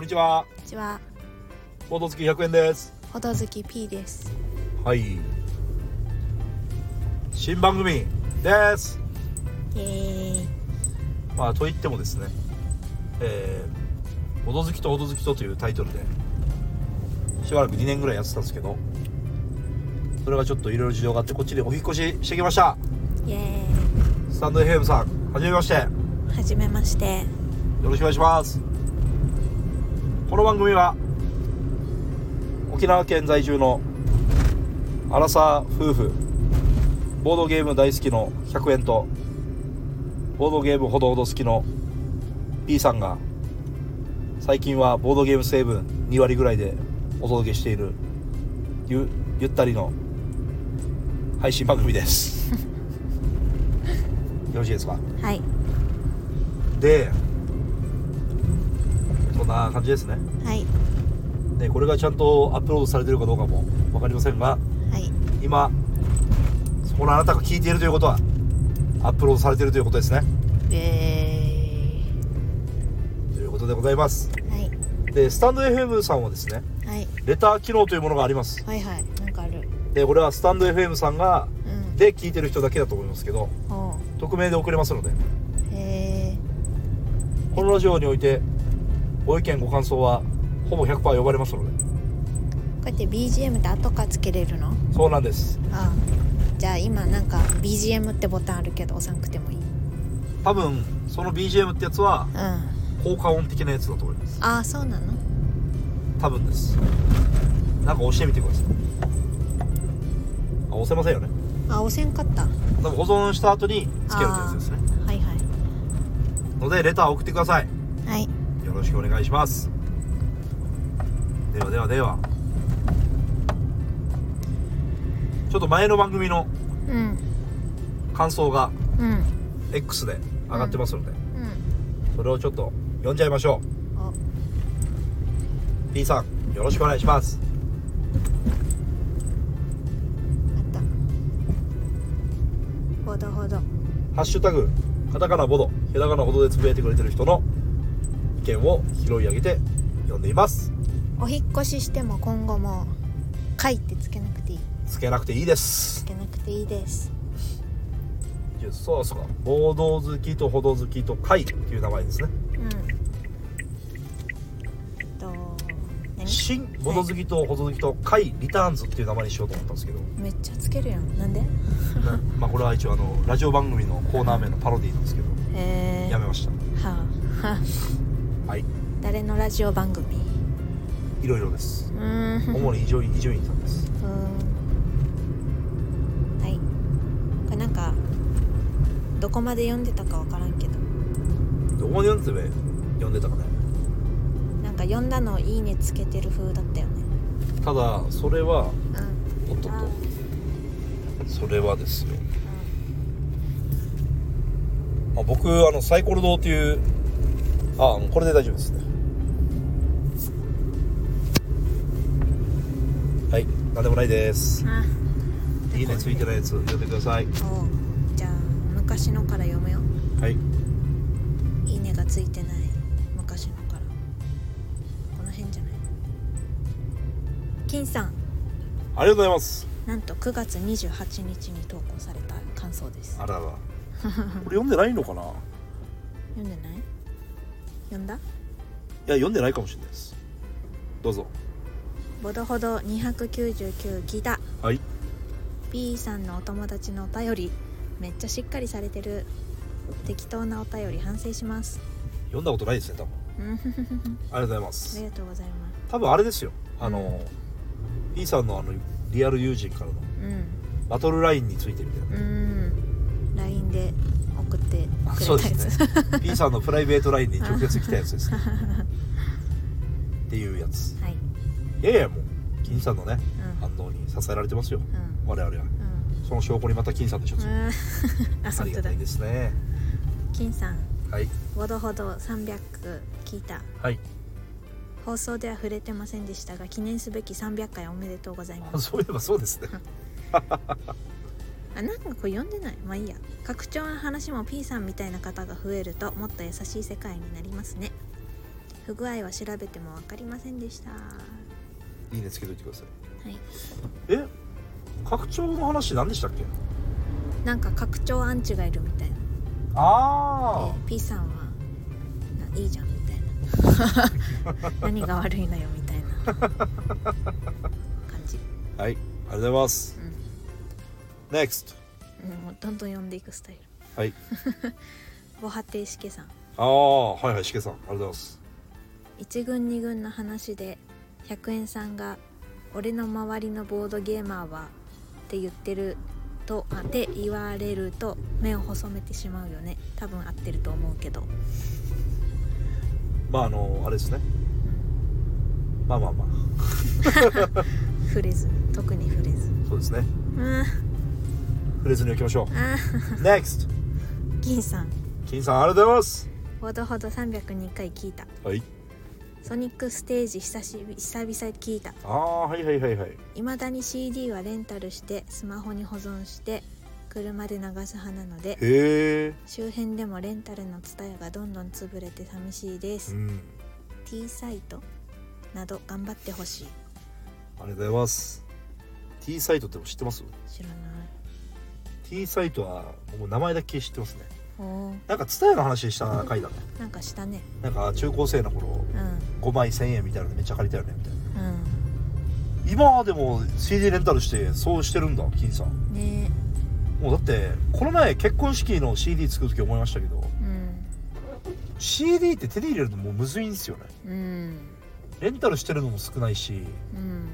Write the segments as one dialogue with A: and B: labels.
A: にちは。
B: こんにちは、
A: フォート付き100円です。
B: ほどずき P です。
A: はい。新番組です。
B: イエーイ。
A: まあといってもですね、えー、ほど好きとほど好きとというタイトルで、しばらく2年ぐらいやってたんですけど、それがちょっといろいろ事情があって、こっちでお引っ越ししてきました。
B: イエ
A: スタンド FM さん、はじめまして。よ
B: ーイ。はじめまして。
A: ろしくお願いします。この番組は、沖縄県在住のアラサー夫婦、ボードゲーム大好きの100円と、ボードゲームほどほど好きの B さんが、最近はボードゲーム成分2割ぐらいでお届けしている、ゆゆったりの配信番組です。よろしいですか
B: はい。
A: でそんな感じですね
B: はい。
A: でこれがちゃんとアップロードされてるかどうかも分かりませんが
B: はい。
A: 今そこのあなたが聞いているということはアップロードされてるということですね
B: イエ
A: ということでございます
B: ーイ。はい。
A: でスタンド FM さんはですね
B: はい。
A: レター機能というものがあります
B: はいはい。なんかある。
A: でこれはスタンド FM さんが
B: うん。
A: で聞いてる人だけだと思いますけど
B: おう。
A: 匿名で送れますので
B: へ
A: このラジオにおいてご意見ご感想はほぼ100%呼ばれますので
B: ー。こうやって BGM って後からつけれるの
A: そうなんです
B: ああ。じゃあ今なんか BGM ってボタンあるけど押さんくてもいい。うん。
A: 多分その BGM ってやつは
B: あ
A: 効果音的なやつだと思います
B: あ、そうなの
A: 多分ですなんか押してみてくださいあ押せませんよね
B: あ、押せんかった。
A: 多分保存した後につけるってやつですね
B: はいは
A: のでレター送ってください
B: い。はい。
A: よろしくお願いしますではではではちょっと前の番組の
B: うん。
A: 感想が
B: うん。
A: X で上がってますので、
B: う
A: それをちょっと読んじゃいましょ
B: ん。お、
A: う P さんよろしくお願いします
B: あった。ほどほど。
A: ハッシュタグカタカナボドひらがなほどでつぶやいてくれてる人の意見を拾い上げて読んでいます
B: お引っ越ししても今後も「かい」ってつけなくていい
A: つけなくていいです
B: つけなくていいです
A: いやそうそうボード好きとほど好きと会っていう名前ですね
B: うんえっと何
A: 新ボード好きとほど好きと会リターンズっていう名前にしようと思ったんですけ ど、
B: めっちゃつけるやんなんで
A: なまあこれは一応あのラジオ番組のコーナー名のパロディなんですけど
B: えー、
A: やめました
B: はあはあ
A: はい
B: 誰のラジオ番組
A: いろいろです
B: うーん
A: 主に伊集院伊集院さんです
B: うーんはいこれなんかどこまで読んでたかわからんけど
A: どこまで読んでて読んでたかね
B: なんか読んだのを「いいね」つけてる風だったよね
A: ただそれは
B: うんう
A: おっ
B: ん
A: とっとそれはですよあ僕あのサイコロ堂っていうあもうこれで大丈夫ですねはい何でもないです
B: あ
A: いいねついてないやつ読んでください
B: おうじゃあ昔のから読むよ
A: はい
B: いいねがついてない昔のからこの辺じゃない金さん
A: ありがとうございます
B: なんと9月28日に投稿された感想です
A: あらら これ読んでないのかない
B: 読んでない読んだ
A: や読んでないかもしれないですどうぞ
B: ボドほど299ギタ
A: はい
B: B さんのお友達のお便りめっちゃしっかりされてる適当なお便り反省します
A: 読んだことないですね多分
B: うん
A: ありがとうございま
B: あり
A: す
B: がとうございます
A: 多分あれですよあの P さんのあのリアル友人からの
B: うん
A: バトルラインについてみたいな
B: うーん LINE で送ってくれた
A: あ
B: やつ
A: そうですね P さんのプライベートラインに直接来たやつ ですねっていうやつ
B: はい
A: いやいやもう金さんのね
B: うん
A: 反応に支えられてますよ
B: うん
A: 我々は
B: うん
A: その証拠にまた金さんでしょ
B: うんあ
A: あ
B: 本
A: り
B: 当
A: がた
B: だ
A: いですね
B: 金さん
A: はい
B: ほどほど300聞いた
A: はい
B: 放送では触れてませんでしたが記念すべき300回おめでとうござい
A: あ
B: ます
A: そういえばそう ですね
B: あなんかこれ読んでないまあいいや拡張の話も P さんみたいな方が増えるともっと優しい世界になりますね不具合は調べても分かりませんでしたはい
A: いねつけといてください
B: い
A: え拡張の話何でしたっけ
B: なんか拡張アンチがいるみたいな
A: ああ
B: で P さんはないいじゃんみたいな何が悪いのよみたいな感じ、
A: はいありがとうございます
B: う
A: NEXT
B: んうん、もうどんどん呼んでいくスタイル
A: はい
B: 防波堤しけさん
A: ああはいはいしけさんありがとうございます
B: 1軍2軍の話で100円さんが「俺の周りのボードゲーマーは」って言ってるとあって言われると目を細めてしまうよね多分合ってると思うけど、
A: まああのあれですねまあまあまあ
B: うん、触れず特に触れず
A: そうですね
B: うん
A: 触れずに行きましょ
B: あ
A: う NEXT
B: 銀さん
A: 金さんありがとうございます
B: ほどほど302回聞いた
A: はい
B: ソニックステージ久しぶり久々聞いた
A: ああはいはいはいはい
B: いまだに CD はレンタルしてスマホに保存して車で流す派なので
A: へえ
B: 周辺でもレンタルのツタヤがどんどん潰れて寂しいで
A: う
B: す、
A: ん
B: T サイトなど頑張ってほしい
A: ありがとうございます T サイトって知ってます
B: 知らない
A: T サイトはもう名前だけ知ってますね
B: おおー
A: なんかツタヤの話した回だね
B: なんかしたね
A: なんか中高生の頃
B: うんうん
A: 5枚1000円みたいなのめっちゃ借りたよねみたいな今でも CD レンタルしてそうしてるんだ金さん
B: ね
A: もうだってこの前結婚式の CD 作る時思いましたけど
B: えうん、
A: CD って手に入れるのもうむずいんですよね
B: うん
A: レンタルしてるのも少ないし
B: うん、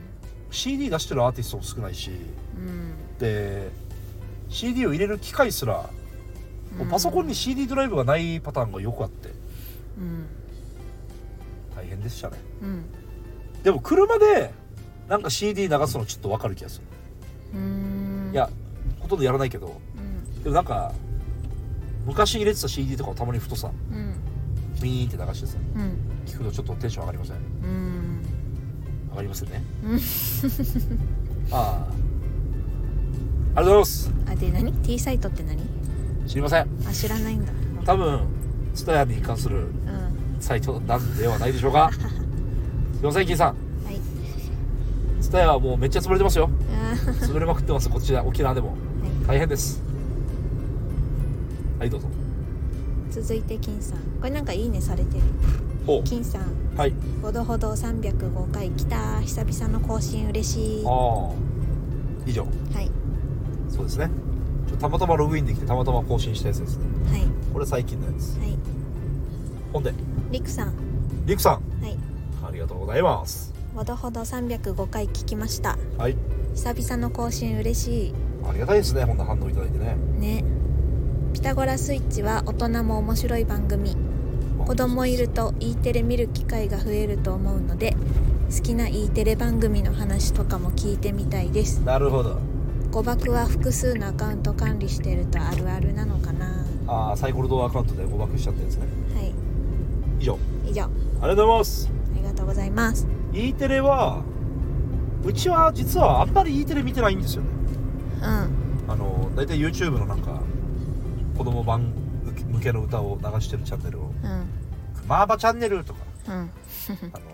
A: CD 出してるアーティストも少ないし
B: うん
A: で CD を入れる機械すらもうパソコンに CD ドライブがないパターンがよくあって
B: うん
A: 大変でしたね
B: うん
A: でも車でなんか CD 流すのちょっとわかる気がする
B: うん
A: いやほとんどやらないけど
B: うん
A: でもなんか昔入れてた CD とかをたまにふとさ
B: うん
A: ミーンって流してさ
B: うん
A: 聞くとちょっとテンション上がりません
B: うん
A: 上がりますよね
B: うん
A: ああありがとうございま
B: あで何 T サイトって何
A: す知りません
B: あ知らないんだ
A: 多分ツタヤに関する
B: うんは
A: サイトなんではないでしょう かすいません金さん
B: い
A: ツタヤはもうめっちゃ潰れてますよ
B: あー
A: 潰れまくってますこちら沖縄でも
B: はい
A: 大変ですはいどうぞ
B: 続いて金さんこれなんかいいねされてる
A: ほ
B: 金さん
A: うはい
B: ほどほど305回来た久々の更新嬉しい
A: あ
B: は
A: あ以上
B: いはい
A: そうですねちょたまたまログインできてたまたま更新したやつですねこれ最近のやつ
B: はい
A: ほんで
B: りくさん
A: りくさん
B: はい
A: ありがとうございます
B: ほどほど305回聞きました
A: はい
B: 久々の更新嬉し
A: ありがたいですねこんな反応いただいてね
B: いねピタゴラスイッチは大人も面白い番組子供いると E テレ見る機会が増えると思うので好きな E テレ番組の話とかも聞いてみたいです
A: なるほど
B: 誤爆は複数のアカウント管理してるとあるあるなのかなは
A: ああサイコロドアカウントで誤爆しちゃったやつね
B: い
A: 以上
B: 以上あ
A: ありがとうございます
B: りがとうございます
A: E テレはうちは実はあんまり E テレ見てないんですよね
B: うん
A: あの大体 YouTube のなんか子供版向けの歌を流してるチャンネルを
B: うん
A: 「クマーバチャンネル」とか
B: うん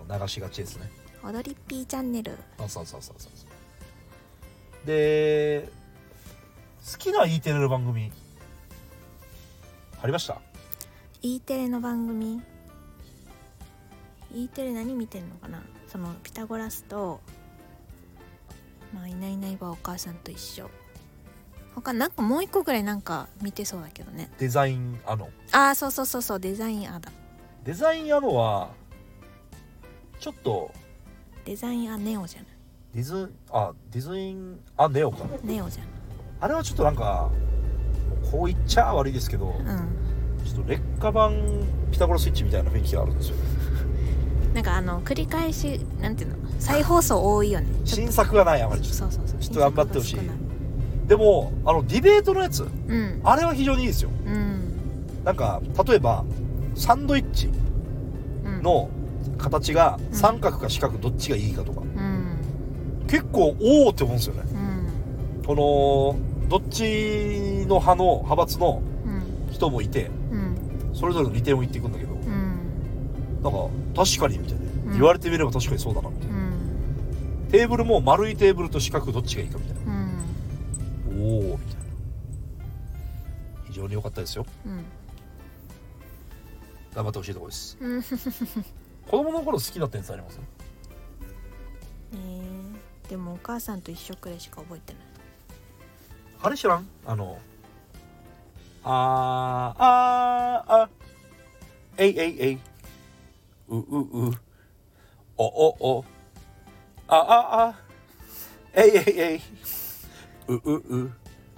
A: あの流しがちですね
B: 踊りっぴーチャンネル
A: そうそうそうそうそうそうで好きな E テレの番組ありました
B: E テレの番組 E テレ何見てんのかなそのピタゴラスとまあいないいないばお母さんと一緒他なんかもう一個ぐらいなんか見てそうだけどね
A: デザインあの
B: ああそうそうそうそうデザインアだ
A: デザインあのはちょっと
B: デザインアネオじゃない
A: ディズあディズインあネオか
B: ネオじ
A: あれはちょっとなんかこう言っちゃ悪いですけど
B: ゃないうん
A: ちょっと劣化版ピタゴラスイッチみたいな雰囲気があるんですよ
B: なんかあの繰り返しなんていうの再放送多いよねちょっ
A: 新作がないあまり
B: とそうそうそう
A: ちょっと頑張ってほしい
B: 新作が
A: でもあのディベートのやつ
B: 少ないうん
A: あれは非常にいいですよ
B: うん
A: なんか例えばサンドイッチ
B: うん
A: の形が
B: ん
A: 三角か四角どっちがいいかとか
B: うん
A: 結構おおって思うんですよね
B: うん
A: このどっちの派の派閥の
B: うん
A: 人もいて
B: うん
A: それぞれの利点を言っていくんだけど
B: うん
A: なんか確かにみたいな、
B: うん
A: 言われてみれば確かにそうだなみたいな
B: うん
A: テーブルも丸いテーブルと四角どっちがいいかみたいな
B: うん
A: おおみたいな非常に良かったですよ
B: うん
A: 頑張ってほしいところです
B: うん
A: 子供の頃好きな点数あります
B: えーでもお母さんと一緒くらいしか覚えてない
A: あれ知らんあのあーあーあえいえいえいうううおおおあああえいえいえいううう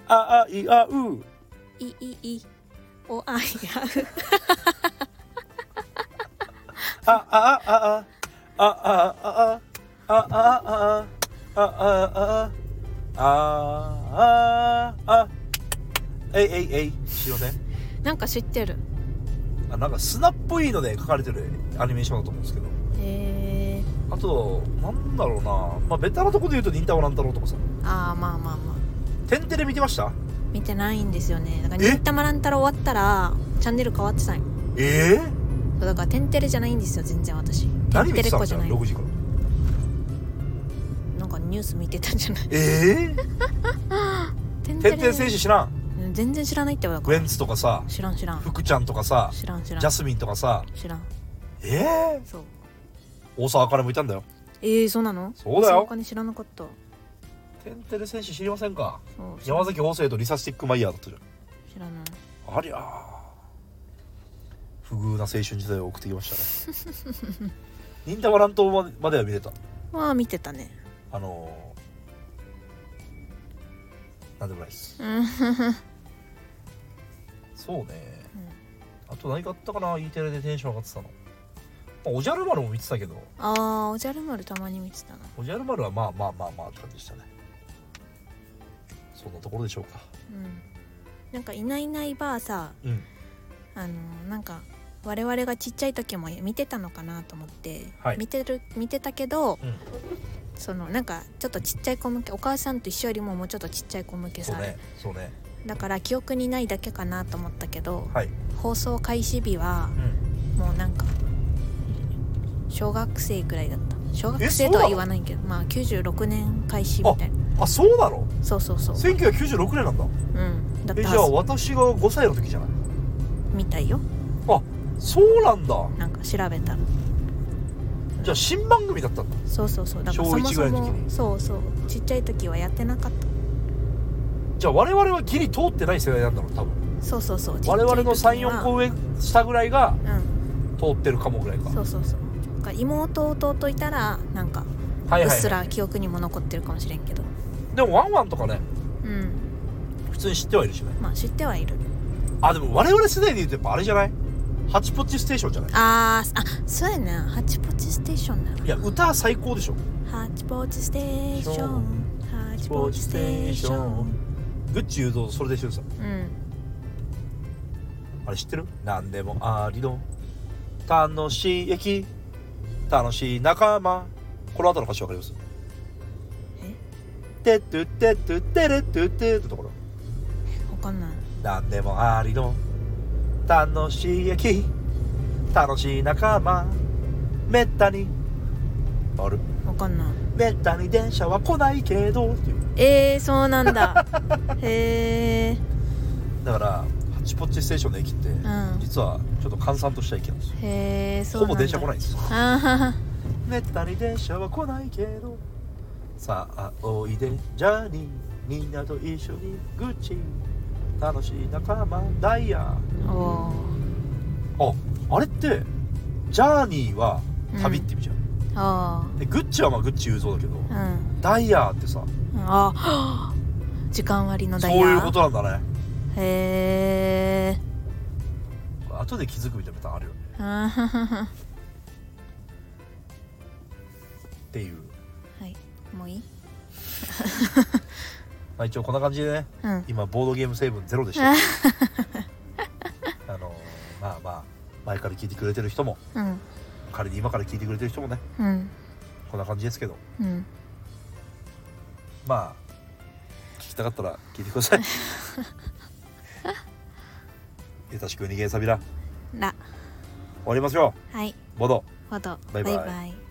A: ああいあう
B: いいいいおあいや
A: ああああああああああああああああえいえいえいしろね
B: なんか知ってる
A: あなんか砂っぽいので描かれてるアニメーションだと思うんですけど
B: えー、
A: あとなんだろうなまあベタなとこで言うと忍たま乱太郎とかさ
B: あーまあまあまあ
A: テンテレ見てました
B: 見てないんですよねだから
A: え
B: 「忍たま乱太郎」終わったらチャンネル変わってたんよ
A: ええ
B: そうだから「天てれ」じゃないんですよ全然私
A: 何
B: 天
A: 見て
B: てれ
A: たん
B: 子
A: です
B: じゃ
A: か
B: ない
A: 6時から
B: なんかニュース見てたんじ ゃない
A: ええ
B: 天
A: 天てれ選手知らん
B: うん全然知らないってばだか
A: ウ
B: ら
A: ェンツとかさ
B: 知らん知らん
A: 福ちゃんとかさ
B: 知らん知ら
A: ジャ
B: ん
A: スミンとかさ
B: 知らん
A: ええ
B: そう
A: 大沢あかねもいたんだよ
B: えー、そうなの
A: そうだよ
B: お金知らなかった
A: 天てれ選手知りませんか
B: そう
A: 山崎邦生とリサスティックマイヤーだったじゃ
B: 知らない
A: んありゃー不遇な青春時代を送ってきましたね忍たま乱闘までまでは見れた
B: まあ見てたね
A: あのー、なんでもないです
B: うん
A: そうね、あと何かあったかな E テレでテンション上がってたの、まあおじゃる丸も見てたけど
B: あーおじゃる丸たまに見てたな
A: おじゃる丸はまあまあまあまあって感じでしたねそんなところでしょうか
B: うんなんか「いないいないばあさ
A: うん」
B: あのなんか我々がちっちゃい時も見てたのかなと思って、
A: はい
B: 見てる見てたけど
A: うん
B: そのなんかちょっとちっちゃい子向けお母さんと一緒よりももうちょっとちっちゃい子向け
A: そう
B: さ、
A: ねそうね
B: だから記憶にないだけかなと思ったけど
A: はい、
B: 放送開始日は
A: うん、
B: もうなんか小学生くらいだった小学生とは言わないけどまあ96年開始みたいな
A: あそうなの
B: そうそうそう、
A: 1996年なんだ
B: うん、だっ
A: えじ
B: た
A: ゃあ
B: は
A: 私が5歳の時じゃない
B: ずみたいよ
A: そうなんだ
B: なんか調べたら
A: じゃあ新番組だったんだ
B: そうそうそうだからそ
A: 小
B: も
A: 一ぐ
B: そ
A: らいの時
B: も
A: に
B: そうそうちっちゃい時はやってなかっ
A: じゃあ我々はギリ通ってない世代なんだろう多分
B: たそうそうそう
A: 我々の
B: ちっちゃい時
A: 34
B: は
A: 個上下ぐらいが
B: う
A: 通ってるかもぐらいか
B: んそうそうそうだから妹弟いたらなんか
A: はいう
B: っ
A: はい、
B: す
A: は
B: ら記憶にも残ってるかもしれんけど
A: い、でもワンワンとかね
B: うん
A: 普通に知ってはいるしね
B: まあ知ってはいる
A: あでも我々世代で言うとやっぱあれじゃないハチポッチステーションじゃない
B: あーあそうやなハチポチステーションなの
A: いや歌最高でしょ
B: ハチポチステーションハチポチステーション
A: グッチ誘導それでしゅんさん
B: うん
A: あれ知ってる何でもありの楽しい駅楽しい仲間この後の歌詞わかりますてってってってってれってってってところ
B: わかんない
A: 何でもありの楽しい駅楽しい仲間めったにある
B: わかんない
A: めったに電車は来ないけどっていう
B: えー、そうな んだへえ
A: だからハチポッチステーションの駅って、
B: ん
A: 実はちょっと閑散とした駅なんですよ
B: へえそう
A: ほぼ
B: なんだ
A: 電車来ないんですよ
B: あはは
A: めったに電車は来ないけどさあおいでジャーニーみんなと一緒にグッチ楽しい仲間ダイヤ
B: お
A: ああれってジャーニーは旅って意味じゃん、
B: ーあ
A: でグッチはまあグッチ雄三だけど、
B: ーうん
A: ダイヤーってさ
B: あ はっ時間割のダイ
A: そう
B: ヤ
A: いうことなんだね
B: へえ
A: 後で気づくみたいなパターンあるよね
B: あははは
A: っていう、
B: はいもういい
A: まあ、一応こんな感じでね
B: うん
A: 今ボードゲーム成分ゼロ でしたあのまあまあ前から聞いてくれてる人も
B: うん
A: 仮に今から聞いてくれてる人もね
B: うん
A: こんな感じですけど
B: うん
A: まあ聞きたかったら聞いてください優しく逃げさびら
B: ら
A: 終わりましょ
B: はいう
A: ボド
B: ほど
A: バイバイ
B: バイバイ